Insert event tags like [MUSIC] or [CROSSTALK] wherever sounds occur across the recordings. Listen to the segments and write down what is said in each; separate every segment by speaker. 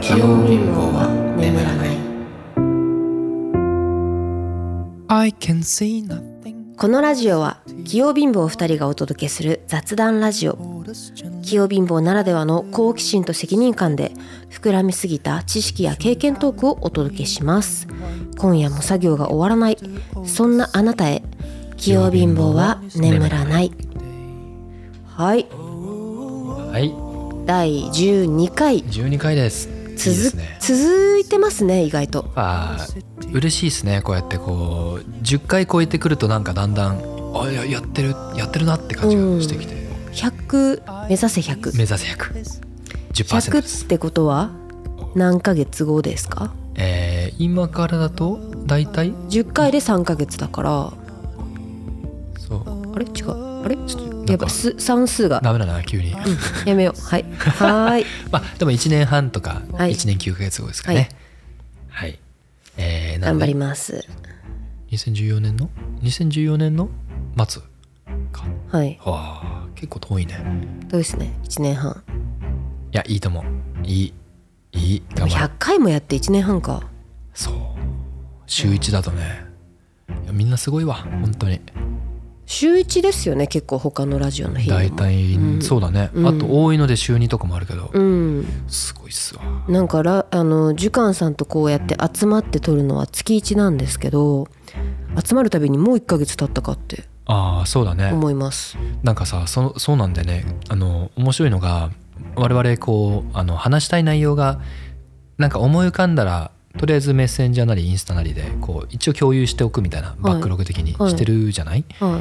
Speaker 1: 火曜連合は眠らない
Speaker 2: I can see nothing
Speaker 3: このラジオは器用貧乏2人がお届けする雑談ラジオ
Speaker 2: but it's gentle.
Speaker 3: 器用貧乏ならではの好奇心と責任感で膨らみすぎた知識や経験トークをお届けします今夜も作業が終わらないそんなあなたへ器用貧乏は眠らないはい
Speaker 4: はい
Speaker 3: 第12回
Speaker 4: 12回です
Speaker 3: 続
Speaker 4: いいですね
Speaker 3: 続いてますね意外と
Speaker 4: あー嬉しいですねこうやってこう10回超えてくるとなんかだんだんあややってるやってるなって感じがしてきて、
Speaker 3: 100目指せ100
Speaker 4: 目指せ100 10%で
Speaker 3: 100
Speaker 4: す
Speaker 3: ってことは何ヶ月後ですか
Speaker 4: えー今からだと大体
Speaker 3: 10回で3ヶ月だから
Speaker 4: そう
Speaker 3: あれ違うあれちょっ
Speaker 4: な
Speaker 3: とやっ
Speaker 4: んか
Speaker 3: ぱす算数が
Speaker 4: ダメだな急に、
Speaker 3: やめようはいはーい
Speaker 4: [LAUGHS] まあでも1年半とか
Speaker 3: はい
Speaker 4: 1年9ヶ月後ですかねはい、えー [LAUGHS] な
Speaker 3: 頑
Speaker 4: ん
Speaker 3: 張り
Speaker 4: で
Speaker 3: ます
Speaker 4: 2014年の2014年の末か
Speaker 3: はい
Speaker 4: わあ結構遠いね
Speaker 3: どうですね1年半
Speaker 4: いやいいと思ういいいい頑張る
Speaker 3: 100回もやって1年半か
Speaker 4: そう週1だとねいやみんなすごいわ本当に
Speaker 3: 週1ですよね結構他のラジオの日
Speaker 4: 大体、そうだね、
Speaker 3: うん
Speaker 4: あと多いので週2とかもあるけど、
Speaker 3: うん
Speaker 4: すごいっすわ
Speaker 3: なんかラあの寿貫さんとこうやって集まって撮るのは月1なんですけど集まるたびにもう1ヶ月経ったかって
Speaker 4: ああそうだね、
Speaker 3: 思います
Speaker 4: なんかさそそうなんだよねあの面白いのが我々こうあの話したい内容がなんか思い浮かんだらとりあえずメッセンジャーなりインスタなりでこう一応共有しておくみたいなバックログ的に
Speaker 3: はい
Speaker 4: してるじゃない、
Speaker 3: は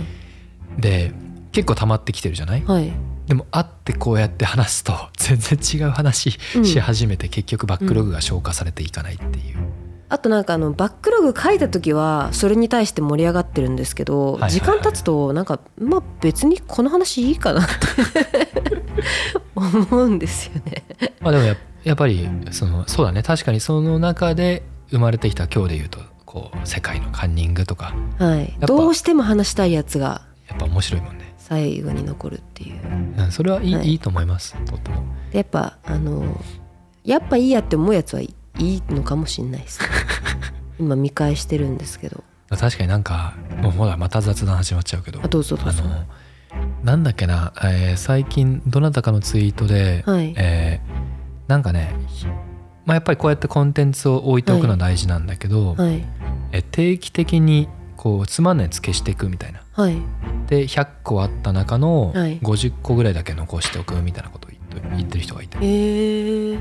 Speaker 4: で結構溜まってきてるじゃない
Speaker 3: いはい
Speaker 4: でも会ってこうやって話すと [LAUGHS] 全然違う話
Speaker 3: うん
Speaker 4: し始めて、結局バックログが消化されていかないっていう、
Speaker 3: あとなんかあのバックログ書いた時はそれに対して盛り上がってるんですけど、
Speaker 4: はいはいはい
Speaker 3: 時間経つとなんかまあ別にこの話いいかなって
Speaker 4: [LAUGHS]
Speaker 3: 思うんですよね。
Speaker 4: まあでもややっぱりそのそうだね確かにその中で生まれてきた今日で言うとこう世界のカンニングとか
Speaker 3: はい、
Speaker 4: ぱ
Speaker 3: どうしても話したいやつが
Speaker 4: やっぱ面白いもんね
Speaker 3: 最後に残るっていう。
Speaker 4: うん、それはいい,、
Speaker 3: はい
Speaker 4: い、いと思いますとっても
Speaker 3: でやっぱあのやっぱいいやって思うやつはいいいのかもしれ
Speaker 4: [LAUGHS]
Speaker 3: ないです、ね。今見返してるんですけど。
Speaker 4: 確かになんかもうほらまた雑談始まっちゃうけど
Speaker 3: あどうぞどうぞ。
Speaker 4: あのなんだっけな、えー最近どなたかのツイートで、
Speaker 3: はい
Speaker 4: えーなんかね、まあ、やっぱりこうやってコンテンツを置いておくのは大事なんだけど、
Speaker 3: はい
Speaker 4: えー定期的にこうつまんないやつ消していくみたいな
Speaker 3: はい
Speaker 4: で100個あった中の
Speaker 3: はい
Speaker 4: 50個ぐらいだけ残しておくみたいなことを言って言ってる人がいて
Speaker 3: えー、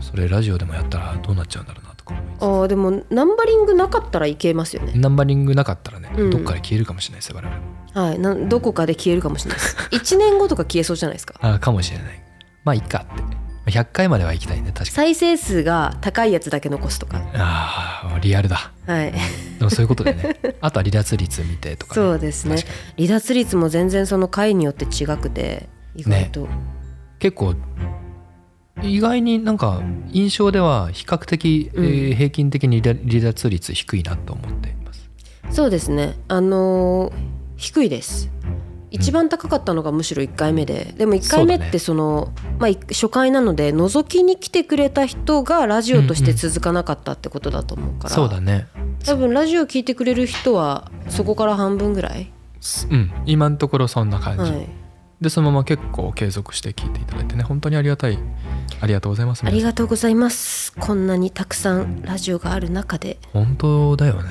Speaker 4: それラジオでもやったらどうなっちゃうんだろうなとか思いつつ
Speaker 3: あーでもナンバリングなかったらいけますよね。
Speaker 4: ナンバリングなかったらね、
Speaker 3: うん
Speaker 4: どっかで消えるかもしれないですよ我々も
Speaker 3: はい、なんどこかで消えるかもしれないです。1年後とか消えそうじゃないですか。
Speaker 4: あかもしれないまあいっかってまあ100回までは行きたいね確かに
Speaker 3: 再生数が高いやつだけ残すとか。
Speaker 4: あーリアルだ
Speaker 3: はい、
Speaker 4: でもそういうこと
Speaker 3: [LAUGHS]
Speaker 4: でねあとは離脱率見てとか、
Speaker 3: そうですね
Speaker 4: 確かに。
Speaker 3: 離脱率も全然その回によって違くて、意外と、
Speaker 4: 結構意外になんか印象では比較的、
Speaker 3: うん
Speaker 4: えー平均的に離離脱率低いなと思っています
Speaker 3: そうですね。あのー低いです。一番高かったのがむしろ1回目で、でも1回目ってそのまあ、い初回なので覗きに来てくれた人がラジオとして続かなかったってことだと思うから、
Speaker 4: そうだね
Speaker 3: 多分ラジオ聞いてくれる人はそこから半分ぐらい、
Speaker 4: すうん今のところそんな感じ、
Speaker 3: はい、
Speaker 4: でそのまま結構継続して聞いていただいてね本当にありがたいありがとうございます
Speaker 3: あり
Speaker 4: 皆さん
Speaker 3: がとうございます。こんなにたくさんラジオがある中で。
Speaker 4: 本当だよね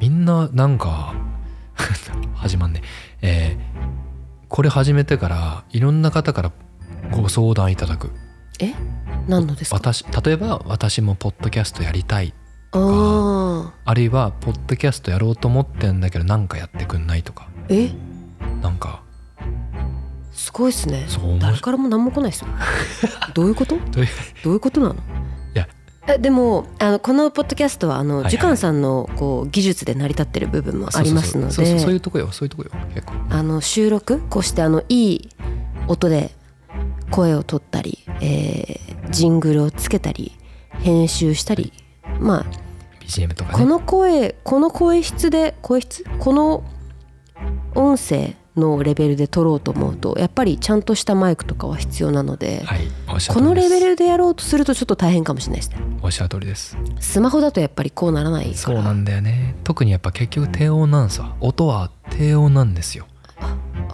Speaker 4: みんななんか [LAUGHS] 始まんねえーこれ始めてからいろんな方からご相談いただく
Speaker 3: え何のですか
Speaker 4: 私例えば私もポッドキャストやりたい
Speaker 3: ああ。
Speaker 4: あるいはポッドキャストやろうと思ってんだけどなんかやってくんないとか
Speaker 3: え
Speaker 4: なんか
Speaker 3: すごいですね。
Speaker 4: そう面白
Speaker 3: 誰
Speaker 4: い
Speaker 3: からも何も来ない
Speaker 4: [LAUGHS]
Speaker 3: ですよ。どういうこと
Speaker 4: どういう
Speaker 3: どういうことなの
Speaker 4: や
Speaker 3: えでもあのこのポッドキャストはあの、
Speaker 4: はいはい
Speaker 3: ジュカンさんのこう技術で成り立ってる部分も [LAUGHS] ありますの
Speaker 4: そうそうそうそうそうい
Speaker 3: で
Speaker 4: うとこよそういうとこよ結構
Speaker 3: あの収録こうしてあのいい音で声を取ったり、えージングルをつけたり編集したり、まあ
Speaker 4: BGM とか
Speaker 3: こ
Speaker 4: ね
Speaker 3: の声この声質で声質この音声のレベルで撮ろうと思うとやっぱりちゃんとしたマイクとかは必要なので、
Speaker 4: はいおっしゃる
Speaker 3: こ
Speaker 4: 通
Speaker 3: の
Speaker 4: りで
Speaker 3: レ
Speaker 4: す
Speaker 3: ベルでやろうとするとちょっと大変かもしれないですね
Speaker 4: おっしゃる通りです
Speaker 3: スマホだとやっぱりこうならないから
Speaker 4: そうなんだよね特にやっぱ結局低音なんですわ音は低音なんですよ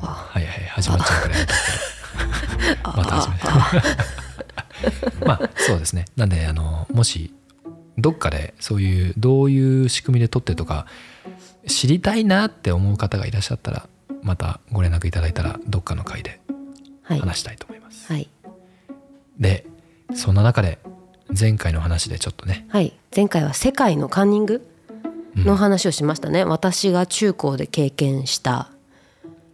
Speaker 3: あ
Speaker 4: はいはい始まっちゃうからやめて
Speaker 3: あ
Speaker 4: [LAUGHS] また始めち
Speaker 3: あ
Speaker 4: ゃう [LAUGHS] まあそうですねなんであのもしどっかでそういうどういう仕組みで撮ってとか知りたいなって思う方がいらっしゃったらまたご連絡いただいたらどっかの回で
Speaker 3: あはい、
Speaker 4: 話したいと思います、
Speaker 3: はい
Speaker 4: でそんな中で前回の話でちょっとね、
Speaker 3: はい、前回は世界のカンニング
Speaker 4: うん
Speaker 3: の話をしましたね、私が中高で経験した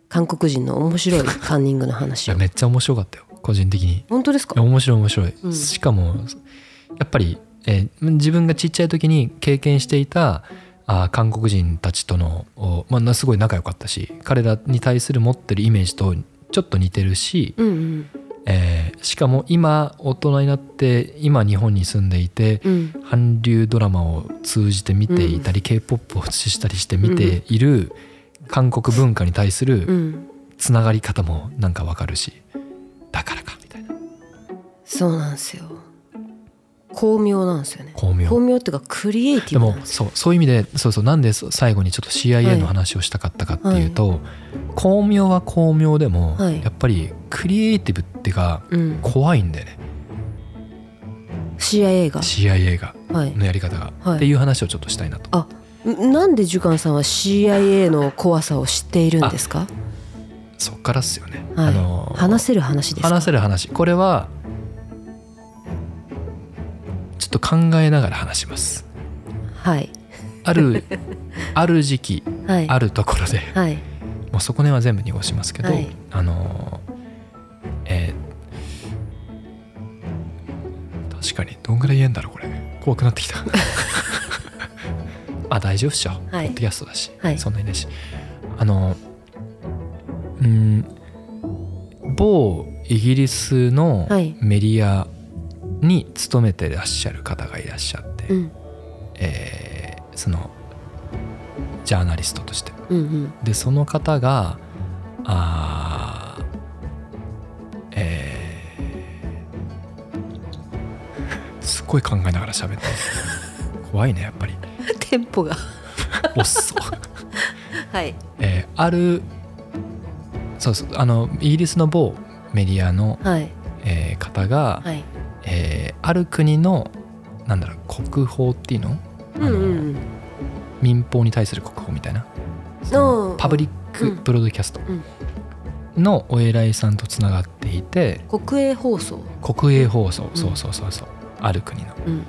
Speaker 3: 韓国人の面白いカンニングの
Speaker 4: い
Speaker 3: 話
Speaker 4: や
Speaker 3: を
Speaker 4: めっちゃ面白かったよ個人的に
Speaker 3: 本当です
Speaker 4: いや
Speaker 3: か
Speaker 4: 面白い面白い、
Speaker 3: うん
Speaker 4: しかもやっぱり、えー自分がちっちゃい時に経験していたあー韓国人たちとの、おまあな、すごい仲良かったし彼らに対する持ってるイメージとちょっと似てるし、
Speaker 3: うんうん
Speaker 4: えーしかも今大人になって今日本に住んでいて
Speaker 3: うん
Speaker 4: 韓流ドラマを通じて見ていたり、k p o p をしたりして見ている韓国文化に対す
Speaker 3: う
Speaker 4: る
Speaker 3: ん
Speaker 4: つながり方もなんかわかるしだからかみたいな
Speaker 3: そうなんですよ巧妙なんですよね
Speaker 4: 巧妙
Speaker 3: 巧妙っていうかクリエイテ
Speaker 4: で
Speaker 3: ィブ
Speaker 4: も
Speaker 3: なんですよ
Speaker 4: そうそういう意味でそうそうなんでそ最後にちょっと CIA の話をしたかったかっていうと、巧妙は巧妙でも、
Speaker 3: はい
Speaker 4: やっぱりクリエイティブってが
Speaker 3: うん、
Speaker 4: 怖いんだよね
Speaker 3: CIA が
Speaker 4: CIA が
Speaker 3: はい
Speaker 4: のやり方が、
Speaker 3: はい
Speaker 4: っていう話をちょっとしたいなと。
Speaker 3: あんなんでジュカンさんは CIA の怖さを知っているんですか
Speaker 4: そっからっすよね、
Speaker 3: はい
Speaker 4: あの
Speaker 3: 話せる話ですか
Speaker 4: 話せる話これはちょっと考えながら話します。
Speaker 3: はい [LAUGHS]
Speaker 4: あるある時期
Speaker 3: はい
Speaker 4: あるところで
Speaker 3: はい
Speaker 4: もうそこねは全部濁しますけど、
Speaker 3: はい
Speaker 4: あのえー確かにどんぐらい言えんだろうこれ怖くなっ
Speaker 3: [LAUGHS]
Speaker 4: てきたあ大丈夫っしょ、
Speaker 3: はい
Speaker 4: ポッドキャストだし、
Speaker 3: はい
Speaker 4: そんなにだしあのうん某イギリスの
Speaker 3: はい
Speaker 4: メディアに勤めてらっしゃる方がいらっしゃって、
Speaker 3: うん
Speaker 4: えーそのジャーナリストとして
Speaker 3: うんうん
Speaker 4: でその方があーえーすっごい考えながら喋ってる怖いねやっぱり
Speaker 3: [LAUGHS] テンポが
Speaker 4: おっそ、
Speaker 3: はい
Speaker 4: えーあるそうそうあのイギリスの某メディアの、
Speaker 3: はい
Speaker 4: えー方が、
Speaker 3: はい
Speaker 4: えーある国のなんだろう国宝っていうの,、
Speaker 3: うんう
Speaker 4: あの
Speaker 3: ん
Speaker 4: 民放に対する国宝みたいなその
Speaker 3: うん
Speaker 4: パブリッ
Speaker 3: う
Speaker 4: ク
Speaker 3: ん
Speaker 4: プロドキャスト
Speaker 3: ん
Speaker 4: のお偉いさんとつながっていて
Speaker 3: うん国営放送
Speaker 4: 国営放送
Speaker 3: ん
Speaker 4: そうそうそうそうある国の。
Speaker 3: うん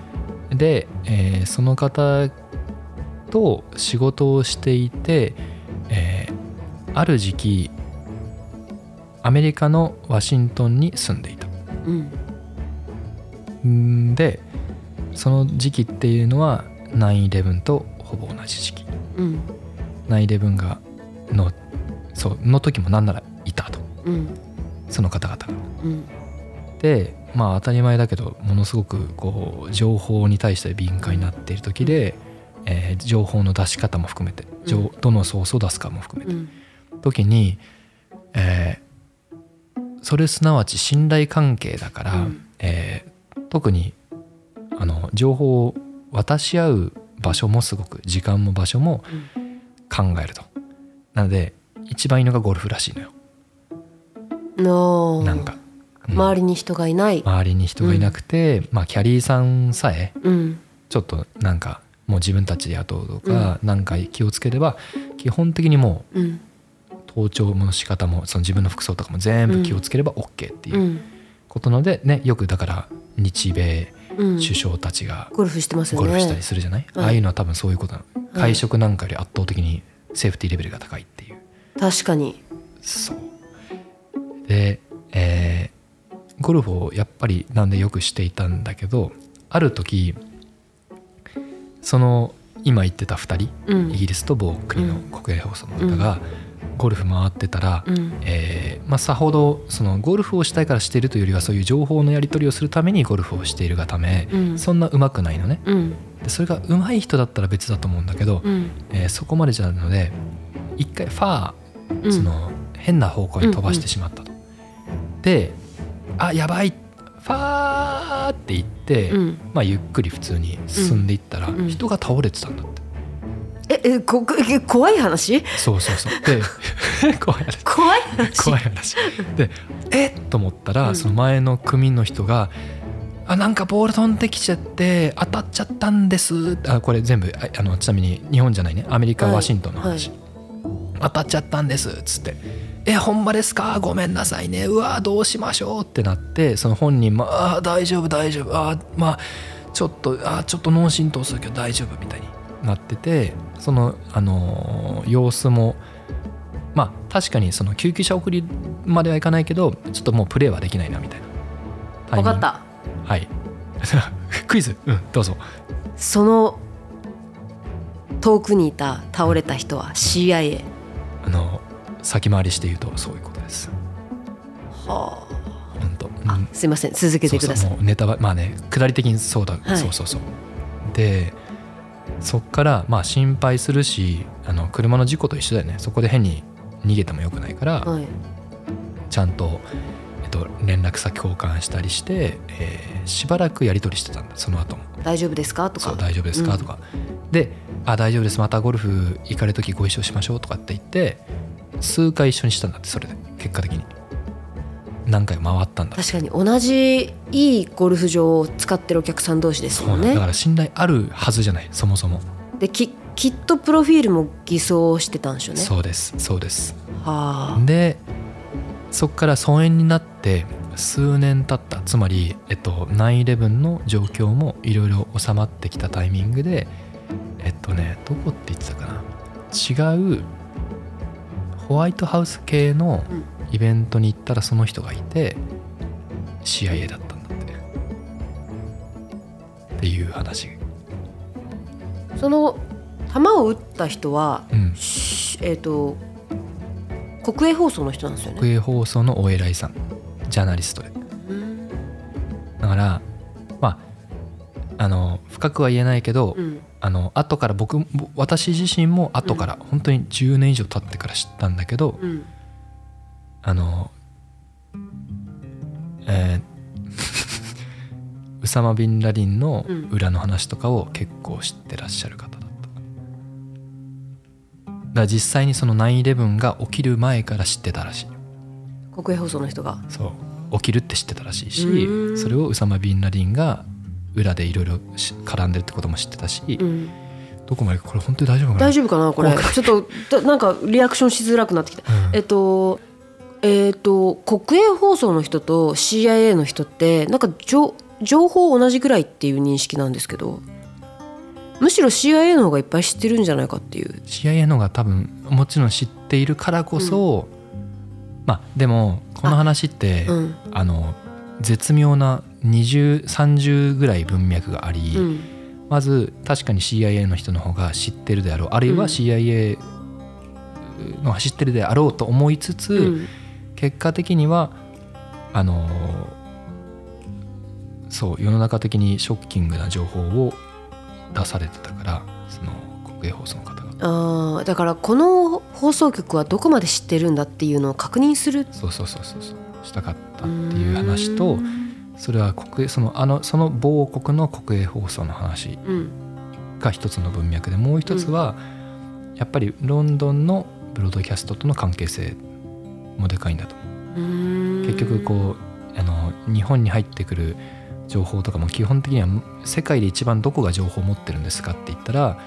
Speaker 4: で、えーその方と仕事をしていて、えーある時期アメリカのワシントンに住んでいた。
Speaker 3: うん
Speaker 4: んでその時期っていうのは9-11とほぼ同じ時期。
Speaker 3: うん
Speaker 4: 9-11がのそうの時もなんならいたと
Speaker 3: うん
Speaker 4: その方々が。
Speaker 3: うん
Speaker 4: でまあ当たり前だけどものすごくこう情報に対して敏感になっている時で、えー情報の出し方も含めて情どのソースを出すかも含め
Speaker 3: う
Speaker 4: て、
Speaker 3: ん
Speaker 4: 時に、えーそれすなわち信頼関係だから、
Speaker 3: うん
Speaker 4: えー特にあの情報を渡し合う場所もすごく時間も場所も考えると。なので一番いいのがゴルフらしいのよ
Speaker 3: の
Speaker 4: なんか、うん
Speaker 3: 周りに人がいない
Speaker 4: 周りに人がいなくて、まあキャリーさんさえ
Speaker 3: うん
Speaker 4: ちょっとなんかもう自分たちで雇うとか何回気をつければ基本的にも
Speaker 3: うん
Speaker 4: う盗聴の仕方もその自分の服装とかも全部気をつければ OK って
Speaker 3: う
Speaker 4: いうんことなのでねよくだから日米
Speaker 3: うん
Speaker 4: 首相たちが
Speaker 3: ゴルフしてますよ
Speaker 4: ゴ
Speaker 3: ね
Speaker 4: ルフしたりするじゃない、
Speaker 3: はい
Speaker 4: ああいうのは多分そういうことなの、
Speaker 3: はい
Speaker 4: 会食なんかより圧倒的にセーフティーレベルが高いっていう
Speaker 3: 確かに
Speaker 4: そうで、えーゴルフをやっぱりなんでよくしていたんだけどある時その今言ってた2人、
Speaker 3: うん
Speaker 4: イギリスと某国の国営放送の方が、ゴルフ回ってたら、
Speaker 3: うん
Speaker 4: えーまあ、さほどそのゴルフをしたいからしているというよりはそういう情報のやり取りをするためにゴルフをしているがため、
Speaker 3: うん
Speaker 4: そんな上手くないのね
Speaker 3: うん
Speaker 4: でそれが上手い人だったら別だと思うんだけど、
Speaker 3: うん
Speaker 4: えーそこまでじゃないので一回ファー
Speaker 3: うん
Speaker 4: その、変な方向に飛ばしてしまったと。であやばいファーって言って、
Speaker 3: うん
Speaker 4: まあ、ゆっくり普通に進んでいったら、
Speaker 3: うん
Speaker 4: 人が倒れてたんだって。
Speaker 3: ええこえ怖い話
Speaker 4: そうそうそうで
Speaker 3: [LAUGHS]
Speaker 4: [LAUGHS] 怖い話
Speaker 3: 怖い話
Speaker 4: 怖い話でえっと思ったら、
Speaker 3: うん
Speaker 4: その前の組の人が「あなんかボール飛んできちゃって当たっちゃったんです」あこれ全部ああのちなみに日本じゃないねアメリカ・
Speaker 3: はい
Speaker 4: ワシントンの話、当たっちゃったんです」っつって「えほんまですかごめんなさいねうわどうしましょう」ってなってその本人も「あー大丈夫大丈夫あーまあちょっとあーちょっと脳震盪するけど大丈夫」みたいになっててその、あのー様子もまあ確かにその救急車送りまではいかないけどちょっともうプレーはできないなみたいな。
Speaker 3: 分かった
Speaker 4: た。はい [LAUGHS] クイズ、うん、どうぞ
Speaker 3: その遠くにいた倒れた人は CIA
Speaker 4: あの先回りして言うとそういうことです
Speaker 3: は
Speaker 4: 本当、うん
Speaker 3: あ、あすいません続けてくださ
Speaker 4: そう
Speaker 3: い
Speaker 4: そうもうネタはまあね下り的にそうだ、
Speaker 3: はい
Speaker 4: そうそうそうでそっからまあ心配するしあの車の事故と一緒だよねそこで変に逃げてもよくないから、
Speaker 3: はい
Speaker 4: ちゃんと、えっと、連絡先交換したりして、えーしばらくやり取りしてたんだその後も
Speaker 3: 大丈夫ですかと
Speaker 4: そ
Speaker 3: か
Speaker 4: う大丈夫ですか、
Speaker 3: うん
Speaker 4: とかで「あ大丈夫ですまたゴルフ行かれる時ご一緒しましょう」とかって言って数回一緒にしたんだってそれで結果的に何回も回ったんだ
Speaker 3: 確かに同じいいゴルフ場を使ってるお客さん同士です
Speaker 4: そうな
Speaker 3: もん
Speaker 4: んだだ
Speaker 3: ね
Speaker 4: から信頼あるはずじゃないそもそも、
Speaker 3: でききっとプロフィールも偽装してたんでしょうね
Speaker 4: そうですそうです
Speaker 3: はあ
Speaker 4: でそこから疎遠になって数年経ったつまり、えっと、9-11の状況もいろいろ収まってきたタイミングでえっとねどこって言ってたかな違うホワイトハウス系の
Speaker 3: うん
Speaker 4: イベントに行ったらその人がいて CIA だったんだってっていう話
Speaker 3: その球を打った人は
Speaker 4: うん
Speaker 3: しえっ、と国営放送の人なんですよね
Speaker 4: 国営放送のお偉いさんジャーナリストで
Speaker 3: うん
Speaker 4: だからまああの深くは言えないけど、
Speaker 3: うん
Speaker 4: あの後から僕ぼ私自身も後から、本当に10年以上経ってから知ったんだけど、
Speaker 3: うん
Speaker 4: あのえー [LAUGHS] ウサマ・ビンラディンの
Speaker 3: うん
Speaker 4: 裏の話とかを結構知ってらっしゃる方だったかなだから実際にその9-11が起きる前から知ってたらしい
Speaker 3: 国営放送の人が
Speaker 4: そう起きるって知ってたらしいし
Speaker 3: うん
Speaker 4: それをウサマ・ビンラディンが裏でいろいろし絡んでるってことも知ってたし、
Speaker 3: うん
Speaker 4: どこまでこれ本当に大丈夫かな
Speaker 3: 大丈夫かなこれちょっとだなんかリアクションしづらくなってきた、
Speaker 4: うん
Speaker 3: えっとえっと国営放送の人と CIA の人ってなんか情情報同じぐらいっていう認識なんですけどむしろ CIA の方がいっぱい知ってるんじゃないかっていう、
Speaker 4: CIA のが多分もちろん知っているからこそ、まあでもこの話ってあ,、
Speaker 3: うん
Speaker 4: の絶妙な2030ぐらい文脈があり、
Speaker 3: うん、
Speaker 4: まず確かに CIA の人の方が知ってるであろうあるい
Speaker 3: うん
Speaker 4: は CIA のが知ってるであろうと思いつつ、
Speaker 3: うん
Speaker 4: 結果的にはあのそう世の中的にショッキングな情報を出されてたからその国営放送の方が。
Speaker 3: あーだからこの放送局はどこまで知ってるんだっていうのを確認するって
Speaker 4: そうそうそうそうそうしたかったっていう話と
Speaker 3: うん
Speaker 4: それは国営そのあのその某国の国営放送の話
Speaker 3: うん
Speaker 4: が一つの文脈でもう一つは、やっぱりロンドンのブロードキャストとの関係性もでかいんだと思う
Speaker 3: うん
Speaker 4: 結局こうあの日本に入ってくる情報とかも基本的には世界で一番どこが情報を持ってるんですかって言ったら、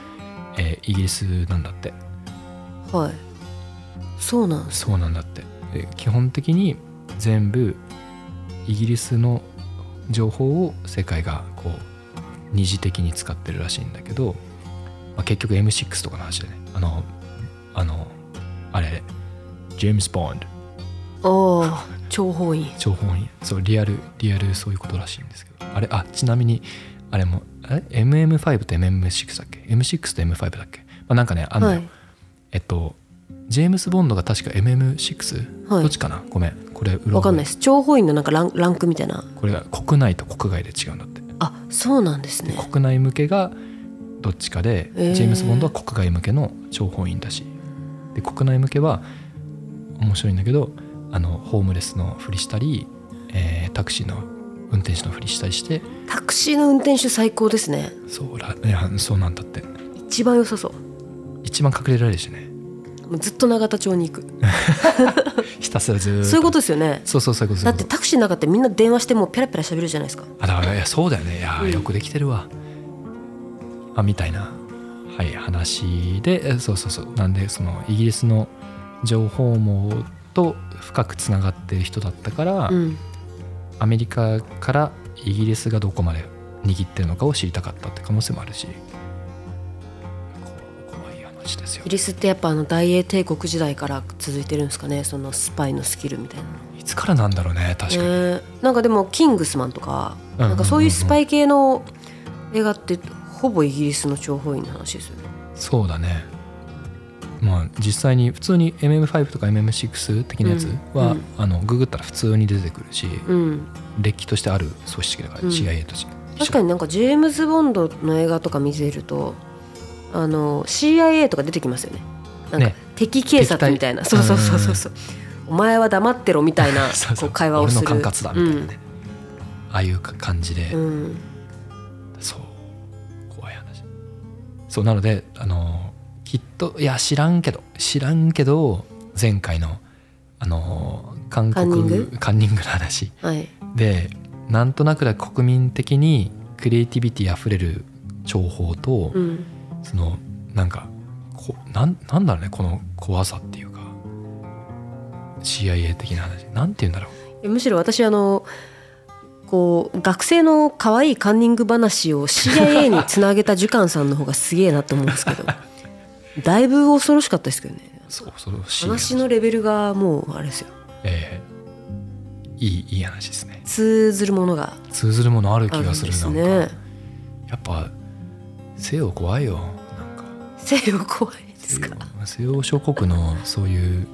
Speaker 4: えーイギリスなんだって
Speaker 3: はいそうなんです
Speaker 4: そうなんだってで基本的に全部イギリスの情報を世界がこう二次的に使ってるらしいんだけど、まあ、結局 M6 とかの話でねあのあのあれジェームス・ボンド
Speaker 3: おー諜報員
Speaker 4: 情報にそうリアルリアルそういうことらしいんですけどあれあちなみにあれもあれ MM5 と MM6 だっけ ?M6 と M5 だっけ、まあ、なんかねあの、
Speaker 3: はい
Speaker 4: えっとジェームス・ボンドが確か MM6、
Speaker 3: はい
Speaker 4: どっちかなごめんこれうろ覚え
Speaker 3: わかんないです諜報員のなんかランランクみたいな
Speaker 4: これが国内と国外で違うんだって
Speaker 3: あそうなんですね
Speaker 4: 国内向けがどっちかで、
Speaker 3: えー
Speaker 4: ジェームス・ボンドは国外向けの諜報員だしで国内向けは面白いんだけどあのホームレスのふりしたり、えータクシーの運転手のふりしたりして
Speaker 3: タクシーの運転手最高ですね
Speaker 4: そうらいやそうなんだって
Speaker 3: 一番良さそ
Speaker 4: 一番隠れられるしね
Speaker 3: うもうずっと永田町に行く
Speaker 4: ひたすらずーっと
Speaker 3: そういうことですよね
Speaker 4: そうそうそういうことそ
Speaker 3: だ
Speaker 4: う
Speaker 3: っ
Speaker 4: いう
Speaker 3: て
Speaker 4: こと
Speaker 3: タクシーの中ってみんな電話してもうペラペラ喋るじゃないですか
Speaker 4: あだからいやそうだよねいや、
Speaker 3: うん
Speaker 4: よくできてるわあみたいなはい話でえそうそうそうなんでそのイギリスの情報網と深くつながってる人だったから、
Speaker 3: うん
Speaker 4: アメリカからイギリスがどこまで握ってるのかを知りたかったって可能性もあるしこ怖い話ですよ
Speaker 3: イギリスってやっぱあの大英帝国時代から続いてるんですかねそのスパイのスキルみたいな、ね
Speaker 4: いつからなんだろうね確かに、
Speaker 3: えなんかでも「キングスマン」とか
Speaker 4: うんうんうんうん
Speaker 3: なんかそういうスパイ系の映画ってほぼイギリスの諜報員の話ですよね
Speaker 4: そうだねまあ実際に普通に MM5 とか MM6 的なやつは、
Speaker 3: うんうん
Speaker 4: あのググったら普通に出てくるし、
Speaker 3: うん
Speaker 4: れっきとしてある組織だから、
Speaker 3: うん
Speaker 4: CIA として
Speaker 3: 確か
Speaker 4: に
Speaker 3: になんかジェームズ・ボンドの映画とか見てるとあの CIA とか出てきますよねなんか
Speaker 4: ね
Speaker 3: 敵警察みたいな、
Speaker 4: 敵
Speaker 3: そう
Speaker 4: 対
Speaker 3: そうそうそうそうお前は黙ってろみたいな
Speaker 4: [LAUGHS] そうそ
Speaker 3: こ
Speaker 4: う
Speaker 3: う会話をする
Speaker 4: 俺の管轄だみたいなね、ああいうか感じで、
Speaker 3: うんうん
Speaker 4: そう怖い話そうなのであのきっといや知らんけど知らんけど前回のあの韓国
Speaker 3: カンニング
Speaker 4: カンニングの話
Speaker 3: はい
Speaker 4: でなんとなくだ国民的にクリエイティビティあふれる情報と、
Speaker 3: うん
Speaker 4: そのなんかこなんなんだろうねこの怖さっていうか CIA 的な話なんて言うんだろう
Speaker 3: いやむしろ私あのこう学生の可愛いカンニング話を CIA につなげたジュカンさんの方がすげえなと思うんです
Speaker 4: [LAUGHS]
Speaker 3: けどだいぶ恐ろしかったですけどね
Speaker 4: そうそう
Speaker 3: 話のレベルがもうあれですよ
Speaker 4: ええいいいい話ですね
Speaker 3: 通ずるものが
Speaker 4: 通ずるものある
Speaker 3: あ
Speaker 4: 気
Speaker 3: るん
Speaker 4: がす
Speaker 3: で
Speaker 4: る
Speaker 3: す
Speaker 4: なんか
Speaker 3: ね
Speaker 4: やっぱ西洋怖いよなんか
Speaker 3: 西洋怖いですか
Speaker 4: 西洋諸国のそういう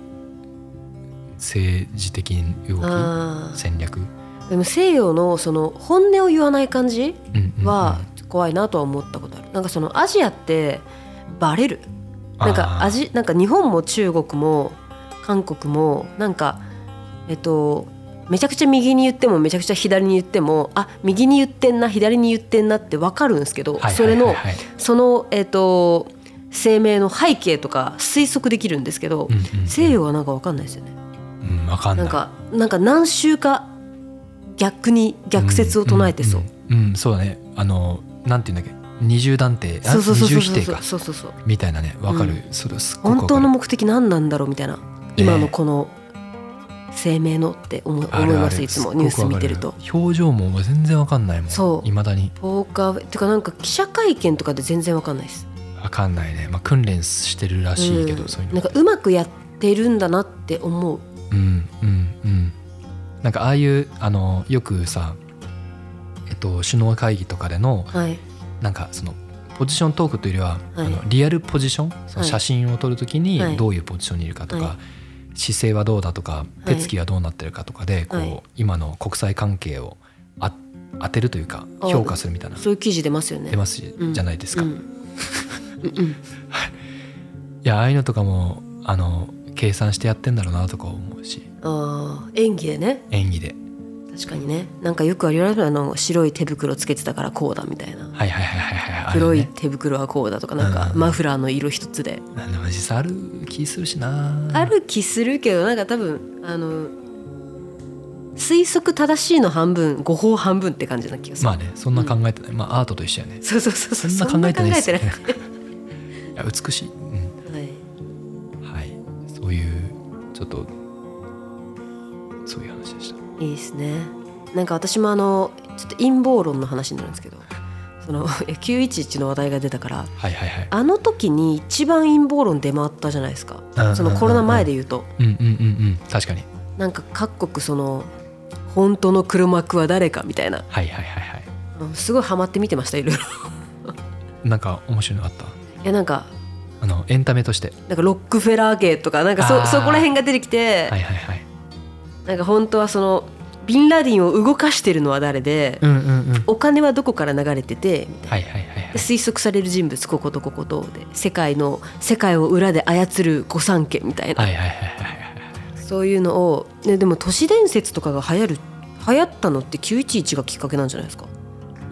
Speaker 4: 政治的動き
Speaker 3: あー
Speaker 4: 戦略、
Speaker 3: でも西洋のその本音を言わない感じ
Speaker 4: うんうんうん
Speaker 3: は怖いなとは思ったことあるなんかそのアジアってバレるなんか
Speaker 4: あー
Speaker 3: アジなんか日本も中国も韓国もなんかえっとめちゃくちゃ右に言ってもめちゃくちゃ左に言ってもあ右に言ってんな左に言ってんなって分かるんですけど、
Speaker 4: はいはい
Speaker 3: それ
Speaker 4: はい
Speaker 3: の
Speaker 4: はい
Speaker 3: そのえっと声明の背景とか推測できるんですけど、
Speaker 4: うんうん
Speaker 3: 西洋はなんか分かんないですよね。
Speaker 4: うんわかんな
Speaker 3: ないんかなんか何週か逆に逆説を唱えてそう。
Speaker 4: うん、うんうんそうだねあのなんていうんだっけ二重断定あ
Speaker 3: そうそうそうそ
Speaker 4: 二重
Speaker 3: う
Speaker 4: 否定
Speaker 3: そう
Speaker 4: か
Speaker 3: そうそうそう
Speaker 4: みたいなねわかる、それすっごく
Speaker 3: 本
Speaker 4: わか
Speaker 3: 当
Speaker 4: る
Speaker 3: の目的何なんだろうみたいな
Speaker 4: ええ
Speaker 3: 今のこの声明のって思,、
Speaker 4: あ
Speaker 3: 思い
Speaker 4: るあ
Speaker 3: ま
Speaker 4: る
Speaker 3: すいつも
Speaker 4: すっごく
Speaker 3: ニュース見てる
Speaker 4: わ
Speaker 3: と
Speaker 4: か。表情も全然わかんないもん
Speaker 3: そう
Speaker 4: いまだに
Speaker 3: ポーカーフェイてかなんか記者会見とかで全然わかんないです。
Speaker 4: わかんないね、まあ、訓練してるらしいけど、
Speaker 3: うん
Speaker 4: そういうの
Speaker 3: なんかうまくやってるんだなって思う。
Speaker 4: うんうんうんなんかああいうあのよくさえっと首脳会議とかでの
Speaker 3: はい
Speaker 4: なんかそのポジショントークというよりは、
Speaker 3: はい
Speaker 4: あのリアルポジションその
Speaker 3: はい
Speaker 4: 写真を撮るとき
Speaker 3: は
Speaker 4: に
Speaker 3: い
Speaker 4: どういうポジションにいるかとか、
Speaker 3: は
Speaker 4: 姿勢はどうだとか
Speaker 3: い
Speaker 4: 手つきはどうなってるかとかで、こう
Speaker 3: はい
Speaker 4: 今の国際関係をあ当てるというか
Speaker 3: あ
Speaker 4: 評価するみたいな
Speaker 3: そういう記事出ますよね。
Speaker 4: 出ますし
Speaker 3: うん
Speaker 4: じゃないですか。
Speaker 3: うん
Speaker 4: い
Speaker 3: うんうん
Speaker 4: やああいうのとかもあの計算してやってんだろうなとか思うし
Speaker 3: あー演技でね
Speaker 4: 演技で
Speaker 3: 確かにねなんかよくありますよあの白い手袋つけてたからこうだみたいな
Speaker 4: はいはいはいはいはいはいあれね
Speaker 3: 黒い手袋はこうだとかなん
Speaker 4: うんうん
Speaker 3: か
Speaker 4: うん
Speaker 3: マフラーの色一つで
Speaker 4: あでも実際ある気するしな
Speaker 3: ある気するけどなんか多分あの推測正しいの半分誤報半分って感じな気がする、
Speaker 4: まあねそんな考えてない、まあアートと一緒やね
Speaker 3: そうそうそうそう
Speaker 4: そんな考えてないっす
Speaker 3: そんな考
Speaker 4: いや美しい、う
Speaker 3: えてないはい
Speaker 4: ん、はいそういうちょっとそういう話でした
Speaker 3: いいですねなんか私もあのちょっと陰謀論の話になるんですけどその [LAUGHS] いや911の話題が出たから
Speaker 4: はいはいはい
Speaker 3: あの時に一番陰謀論出回ったじゃないですか
Speaker 4: うんうんうんうん
Speaker 3: そのコロナ前で言うと
Speaker 4: うんうんうんうん確かに
Speaker 3: なんか各国その本当の黒幕は誰かみたいな
Speaker 4: はいはいはいは
Speaker 3: あのすごいハマって見てましたいろいろ
Speaker 4: いなんか面白いのあった
Speaker 3: いやなんか
Speaker 4: あのエンタメとして
Speaker 3: なんかロックフェラー系とかなんか
Speaker 4: あー
Speaker 3: そそこら辺が出てきて、
Speaker 4: はいはいはい
Speaker 3: なんか本当はそのビンラディンを動かしてるのは誰で、
Speaker 4: うんうんうんはい
Speaker 3: お金はどこから流れててみたいな
Speaker 4: はいはいはい
Speaker 3: で推測される人物こことこことで世界の世界を裏で操る御三家みたいな、
Speaker 4: はいはいはいはいはいはい
Speaker 3: そういうのを、ね、でも都市伝説とかが流行る流行ったのって911がきっかけなんじゃないですか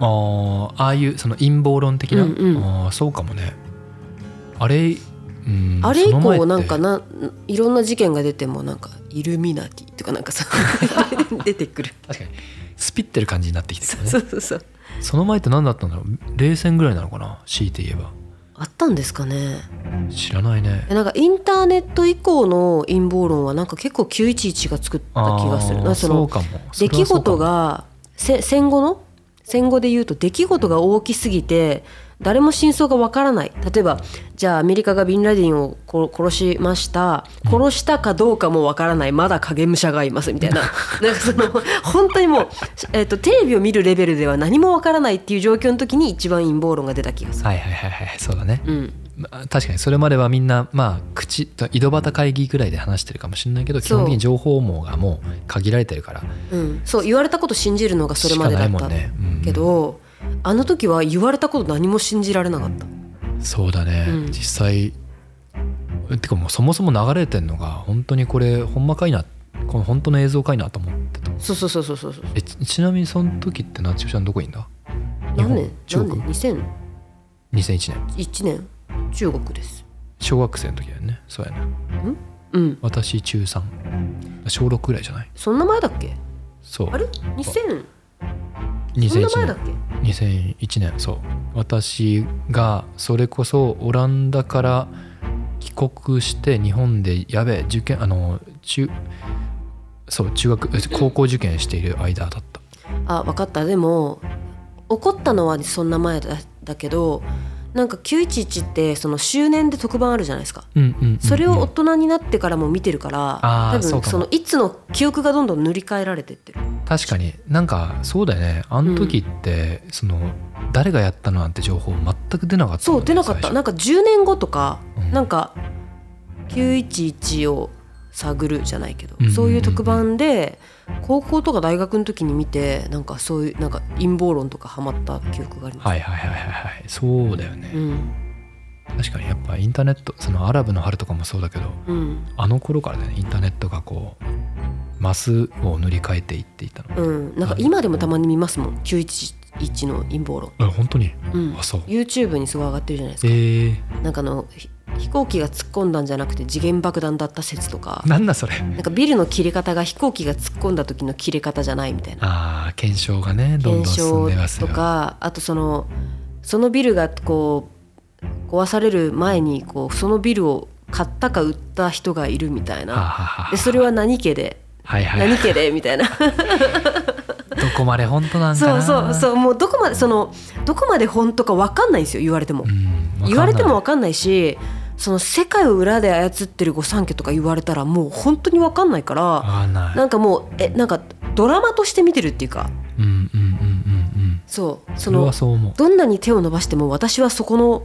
Speaker 4: あーああいうその陰謀論的な、
Speaker 3: うんうん
Speaker 4: あーそうかもねあれ、うん、
Speaker 3: あれ以
Speaker 4: その前っ
Speaker 3: 降
Speaker 4: て
Speaker 3: なんかないろんな事件が出てもなんかイルミナティとかなんかさ出てくる
Speaker 4: 確かにスピってる感じになってきて
Speaker 3: そ
Speaker 4: るよ
Speaker 3: う
Speaker 4: ね
Speaker 3: そうそうそう
Speaker 4: その前って何だったんだろう冷戦ぐらいなのかな強いて言えば
Speaker 3: あったんですかね
Speaker 4: 知らないね
Speaker 3: なんかインターネット以降の陰謀論はなんか結構911が作った気がする
Speaker 4: あー
Speaker 3: なそ
Speaker 4: そう
Speaker 3: の
Speaker 4: かも
Speaker 3: 出来事
Speaker 4: それは
Speaker 3: がせ戦後の戦後で言うと出来事が大きすぎて誰も真相がわからない例えばじゃあアメリカがビンラディンをこ殺しました殺したかどうかもわからないまだ影武者がいますみたい
Speaker 4: [LAUGHS]
Speaker 3: ななんかその本当にもう、えっとテレビを見るレベルでは何もわからないっていう状況の時に一番陰謀論が出た気がす
Speaker 4: そう
Speaker 3: る。
Speaker 4: かもはいはいはいはいそうだね、
Speaker 3: うん、
Speaker 4: まあ確かにそれまではみんなまあ口と井戸端会議ぐらいで話してるかもしれないけど基
Speaker 3: そう
Speaker 4: 本的に情報網がもう限られてるから
Speaker 3: うん、そう言われたこと信じるのがそれまでだ
Speaker 4: し
Speaker 3: っ
Speaker 4: か
Speaker 3: た、
Speaker 4: ないもんねうん
Speaker 3: けどあの時は言われたこと何も信じられなかった
Speaker 4: そうだね、
Speaker 3: うん
Speaker 4: 実際てかもうそもそも流れてんのが本当にこれほんまかいなこの本当の映像かいなと思ってた
Speaker 3: そうそうそうそうそうそう
Speaker 4: えちちなみにその時って夏代ちゃんどこいんだ日
Speaker 3: 何
Speaker 4: 本
Speaker 3: 年
Speaker 4: 中
Speaker 3: 何
Speaker 4: 国
Speaker 3: 年2001
Speaker 4: 2001年
Speaker 3: 年中国です
Speaker 4: 小学生の時だよねそうやね
Speaker 3: うん
Speaker 4: 私中3小6ぐらいじゃない
Speaker 3: そんな前だっけ
Speaker 4: そう
Speaker 3: あれ2000
Speaker 4: 2001
Speaker 3: そんな前だ
Speaker 4: 年
Speaker 3: っけ
Speaker 4: 2001年そう私がそれこそオランダから帰国して日本でやべえ受験あの中そう中学え高校受験している間だった
Speaker 3: あ分かったでも怒ったのはそんな前だだけどなんか911ってその周年で特番あるじゃないですか
Speaker 4: うんうんうんうん
Speaker 3: それを大人になってからも見てるから、
Speaker 4: あー
Speaker 3: 多
Speaker 4: そ
Speaker 3: 分
Speaker 4: うかも
Speaker 3: そのいつの記憶がどんどん塗り替えられてってる
Speaker 4: 確かになんかそうだよねあの時って、その誰がやったのなんて情報全く出なかったも
Speaker 3: そ
Speaker 4: ん
Speaker 3: う
Speaker 4: ね
Speaker 3: 出なかった
Speaker 4: 最
Speaker 3: な
Speaker 4: 初
Speaker 3: んか10年後とか、
Speaker 4: うん
Speaker 3: なんか911を探るじゃないけど、
Speaker 4: うんうんうん
Speaker 3: そういう特番で高校とか大学の時に見てなんかそういうなんか陰謀論とかハマった記憶があります、
Speaker 4: はいはいはいはいはいそうだよね、
Speaker 3: うん
Speaker 4: 確かにやっぱインターネットそのアラブの春とかもそうだけど
Speaker 3: うん
Speaker 4: あの頃からだよねインターネットがこうマスを塗り替えていっていたの、
Speaker 3: うん、なんか今でもたまに見ますもん911の陰謀論、
Speaker 4: あ本当に
Speaker 3: うん
Speaker 4: あ、そう
Speaker 3: YouTube にすごい上がってるじゃないです
Speaker 4: え
Speaker 3: か、
Speaker 4: ー、
Speaker 3: なんかあのひ飛行機が突っ込んだんじゃなくて次元爆弾だった説とか
Speaker 4: なんだそれ
Speaker 3: なんかビルの切れ方が飛行機が突っ込んだ時の切れ方じゃないみたいな
Speaker 4: ああ検証がねどんど
Speaker 3: 検
Speaker 4: ん進ん
Speaker 3: 証
Speaker 4: でます
Speaker 3: と
Speaker 4: よ
Speaker 3: かあとそのそのビルがこう壊される前にこうそのビルを買ったか売った人がいるみたい
Speaker 4: はあはあ
Speaker 3: な
Speaker 4: はあ
Speaker 3: でそれは何家で
Speaker 4: はいはい
Speaker 3: 何家でみた
Speaker 4: [LAUGHS]
Speaker 3: いな
Speaker 4: どこまで本当なんか
Speaker 3: そ
Speaker 4: な、
Speaker 3: うそうそううもうどこまでそのどこまで本当か分かんないんですよ言われても
Speaker 4: う。ん、わかんない
Speaker 3: 言われても分かんないしその世界を裏で操ってる御三家とか言われたらもう本当に分かんないか
Speaker 4: わ
Speaker 3: ら
Speaker 4: かんない
Speaker 3: なんかもうえなんかドラマとして見てるっていうか
Speaker 4: うんうんうんうんうん
Speaker 3: そうそ
Speaker 4: それ
Speaker 3: の
Speaker 4: はそう思う、
Speaker 3: どんなに手を伸ばしても私はそこの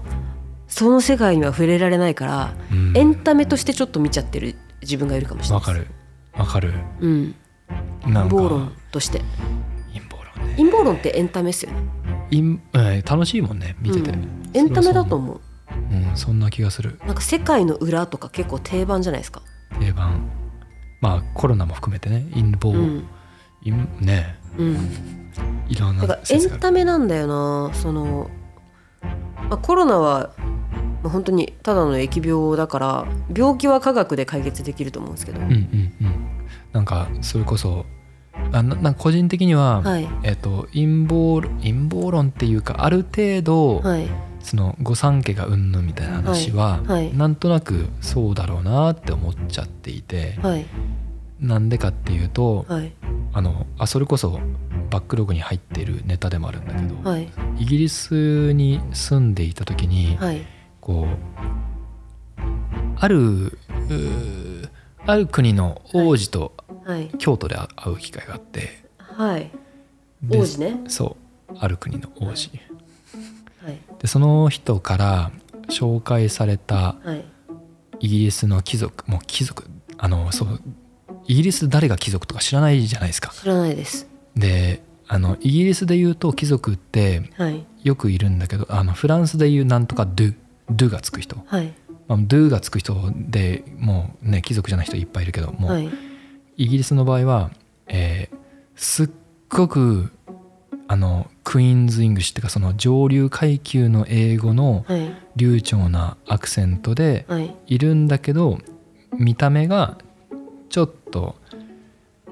Speaker 3: その世界には触れられないから、
Speaker 4: うん
Speaker 3: エンタメとしてちょっと見ちゃってる自分がいるかもしれ
Speaker 4: わ
Speaker 3: ない
Speaker 4: かるわかる
Speaker 3: うん陰
Speaker 4: なんか
Speaker 3: 謀論として
Speaker 4: 陰謀論ね
Speaker 3: 陰謀論ってエンタメっすよね
Speaker 4: 陰、うん、楽しいもんね見てて、
Speaker 3: うんエンタメだと思う
Speaker 4: うん、そんな気がする
Speaker 3: なんか世界の裏とか結構定番じゃないですか
Speaker 4: 定番まあコロナも含めてね陰謀、
Speaker 3: うん
Speaker 4: 陰ね
Speaker 3: うん
Speaker 4: いろん
Speaker 3: だか
Speaker 4: な
Speaker 3: らエ
Speaker 4: 説が
Speaker 3: ン
Speaker 4: ある
Speaker 3: タメなんだよなその、まあ、コロナはまあ本当にただの疫病だから病気は科学で解決できると思うんですけど、
Speaker 4: うんうんうんなんかそれこそあななんか個人的には、
Speaker 3: はい
Speaker 4: えっと陰謀論陰謀論っていうかある程度、
Speaker 3: はい
Speaker 4: その御三家がうんぬんみたいな話は、
Speaker 3: はいはい
Speaker 4: なんとなくそうだろうなって思っちゃっていて、
Speaker 3: はい
Speaker 4: なんでかっていうと、
Speaker 3: はい
Speaker 4: あのあそれこそバックログに入っているネタでもあるんだけど、
Speaker 3: はい
Speaker 4: イギリスに住んでいた時に、
Speaker 3: はい
Speaker 4: こうあるうーある国の王子と
Speaker 3: はい
Speaker 4: 京都で会う機会があって、
Speaker 3: はい
Speaker 4: で
Speaker 3: 王子ね
Speaker 4: そうある国の王子、
Speaker 3: はい
Speaker 4: でその人から紹介された
Speaker 3: はい
Speaker 4: イギリスの貴族もう貴族あのそうイギリス誰が貴族とか知らないじゃないですか。
Speaker 3: 知らないです
Speaker 4: であのイギリスで言うと貴族って
Speaker 3: はい
Speaker 4: よくいるんだけどあのフランスで言うなんとかドゥドゥがつく人
Speaker 3: はい
Speaker 4: まあ、do がつく人でもうね貴族じゃない人いっぱいいるけどもう、
Speaker 3: はい
Speaker 4: イギリスの場合は、えーすっごくあのクイーンズ・イングリッシュっていうかその上流階級の英語の
Speaker 3: はい
Speaker 4: 流暢なアクセントで
Speaker 3: はい
Speaker 4: いるんだけど見た目がちょっと、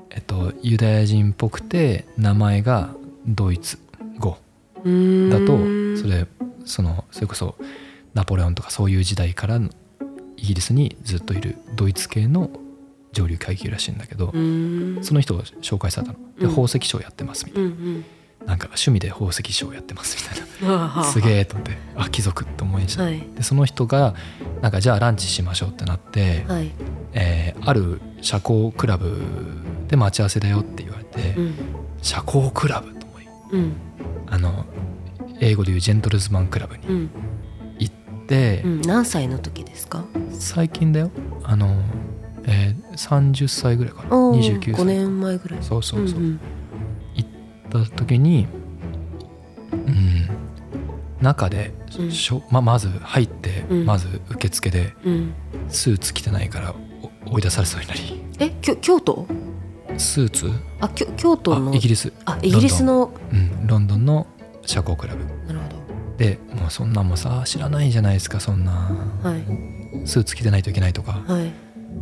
Speaker 4: えっと、ユダヤ人っぽくて名前がドイツ語
Speaker 3: うーん
Speaker 4: だとそれそのそれこそナポレオンとかそういう時代からのイギリスにずっといるドイツ系の上流階級らしいんだけど
Speaker 3: うーん
Speaker 4: その人を紹介されたの。
Speaker 3: う
Speaker 4: で
Speaker 3: ん
Speaker 4: 宝石商やってますみた
Speaker 3: う
Speaker 4: い
Speaker 3: んうん
Speaker 4: ななんか趣味で宝石商やってますみたいなす
Speaker 3: す
Speaker 4: げえと思ってあ貴族って思いました、
Speaker 3: はい
Speaker 4: でその人がなんかじゃあランチしましょうってなって、
Speaker 3: はい
Speaker 4: えーある社交クラブで待ち合わせだよって言われて、
Speaker 3: うん
Speaker 4: 社交クラブと思い
Speaker 3: うん
Speaker 4: あの英語で言うジェントルズマンクラブに
Speaker 3: うん
Speaker 4: 行って、
Speaker 3: うん何歳の時ですか
Speaker 4: 最近だよあの、えー30歳ぐらいかな
Speaker 3: おー
Speaker 4: 29
Speaker 3: 五
Speaker 4: 歳
Speaker 3: 年前ぐらい
Speaker 4: そうそうそう、
Speaker 3: ん
Speaker 4: 行った時にうん中で
Speaker 3: うん
Speaker 4: しょ、ままず入って、
Speaker 3: うん
Speaker 4: まず受付で
Speaker 3: うんうん
Speaker 4: スーツ着てないからお追い出されそうになり
Speaker 3: えきょ京都
Speaker 4: スーツ
Speaker 3: あきょ京都
Speaker 4: あ
Speaker 3: の
Speaker 4: イギリス、
Speaker 3: あイギリスの
Speaker 4: うん、ロンドンの社交クラブ
Speaker 3: なるほ
Speaker 4: でもうそんなんもさ知らないじゃないですかそんな、
Speaker 3: どはい
Speaker 4: スーツ着てないといけないとか
Speaker 3: はい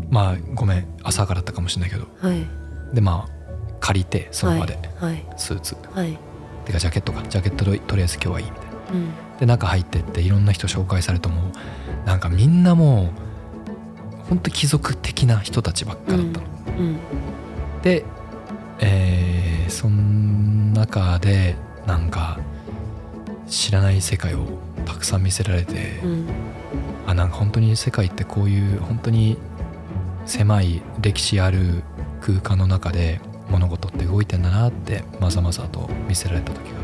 Speaker 4: まあごめん朝からだったかもしれないけど
Speaker 3: はい
Speaker 4: でまあ借りてその場で、
Speaker 3: はい
Speaker 4: スーツ
Speaker 3: はい
Speaker 4: てかジャケットかジャケットととりあえず今日はいいみたいな。
Speaker 3: うん
Speaker 4: で中入ってっていろんな人紹介されてもなんかみんなもうほんと貴族的な人たちばっかだったの。
Speaker 3: うん
Speaker 4: で、えーそん中でなんか知らない世界をたくさん見せられて、
Speaker 3: うん
Speaker 4: あなんか本当に世界ってこういう本当に狭い歴史ある空間の中で物事って動いてんだなってまざまざと見せられた時があって。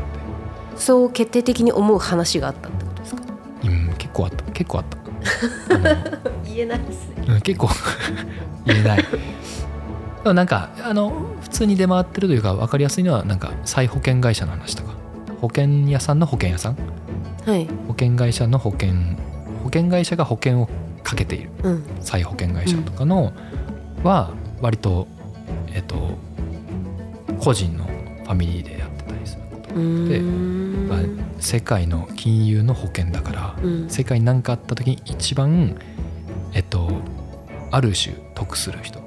Speaker 3: そう決定的に思う話があったってことですか
Speaker 4: うん、結構あった結構あった。あの
Speaker 3: 言えないですね
Speaker 4: うん、 [LAUGHS] 結構言えないでもなんかあの普通に出回ってるというか分かりやすいのはなんか再保険会社の話とか保険屋さんの保険屋さん
Speaker 3: はい
Speaker 4: 保険会社の保険保険会社が保険をかけている
Speaker 3: うん
Speaker 4: 再保険会社とかのは割とえっと個人のファミリーでやってたりすること
Speaker 3: うーん
Speaker 4: まあ世界の金融の保険だから
Speaker 3: うん
Speaker 4: 世界に何かあった時に一番えっとある種得する人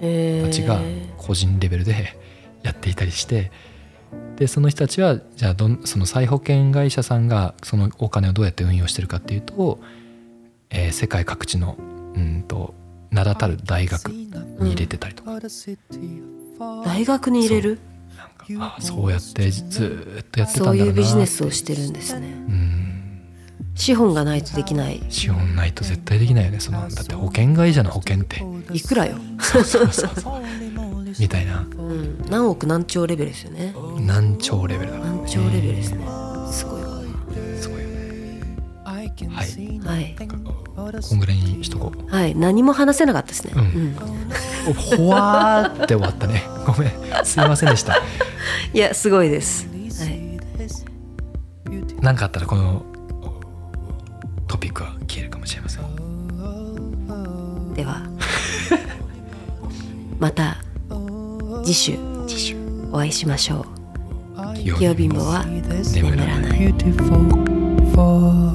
Speaker 3: へー
Speaker 4: たちが個人レベルでやっていたりしてでその人たちはじゃあどんその再保険会社さんがそのお金をどうやって運用してるかっていうと、えー世界各地のうんと名だたる大学に入れてたりとか,、
Speaker 3: 大学に入れる
Speaker 4: なんかあそうやってずーっとやって
Speaker 3: そ
Speaker 4: たん
Speaker 3: う
Speaker 4: だ
Speaker 3: い
Speaker 4: ろう
Speaker 3: う
Speaker 4: な
Speaker 3: ビジネスをしてるんですね
Speaker 4: うん
Speaker 3: 資本がないとできない
Speaker 4: 資本ないと絶対できないよねそのだって保険会社の保険って
Speaker 3: いくらよ、
Speaker 4: みたいな
Speaker 3: うん、何億何兆レベルですよね
Speaker 4: 難聴レベルだから
Speaker 3: 何兆レベルですねすごいわ
Speaker 4: すごいよね
Speaker 2: はい
Speaker 3: はい
Speaker 4: こんぐらいにしとこう
Speaker 3: はい何も話せなかったですね、
Speaker 4: うん
Speaker 3: うん
Speaker 4: おほわーって終わったね [LAUGHS] ごめんすいませんでした
Speaker 3: いやすごいです、はい、
Speaker 4: 何かあったらこのトピックは消えるかもしれません
Speaker 3: で
Speaker 4: [LAUGHS]
Speaker 3: はまた次週
Speaker 4: 次週
Speaker 3: お会いしましょう
Speaker 4: 金
Speaker 3: 「曜貧乏は眠らない」
Speaker 2: beautiful for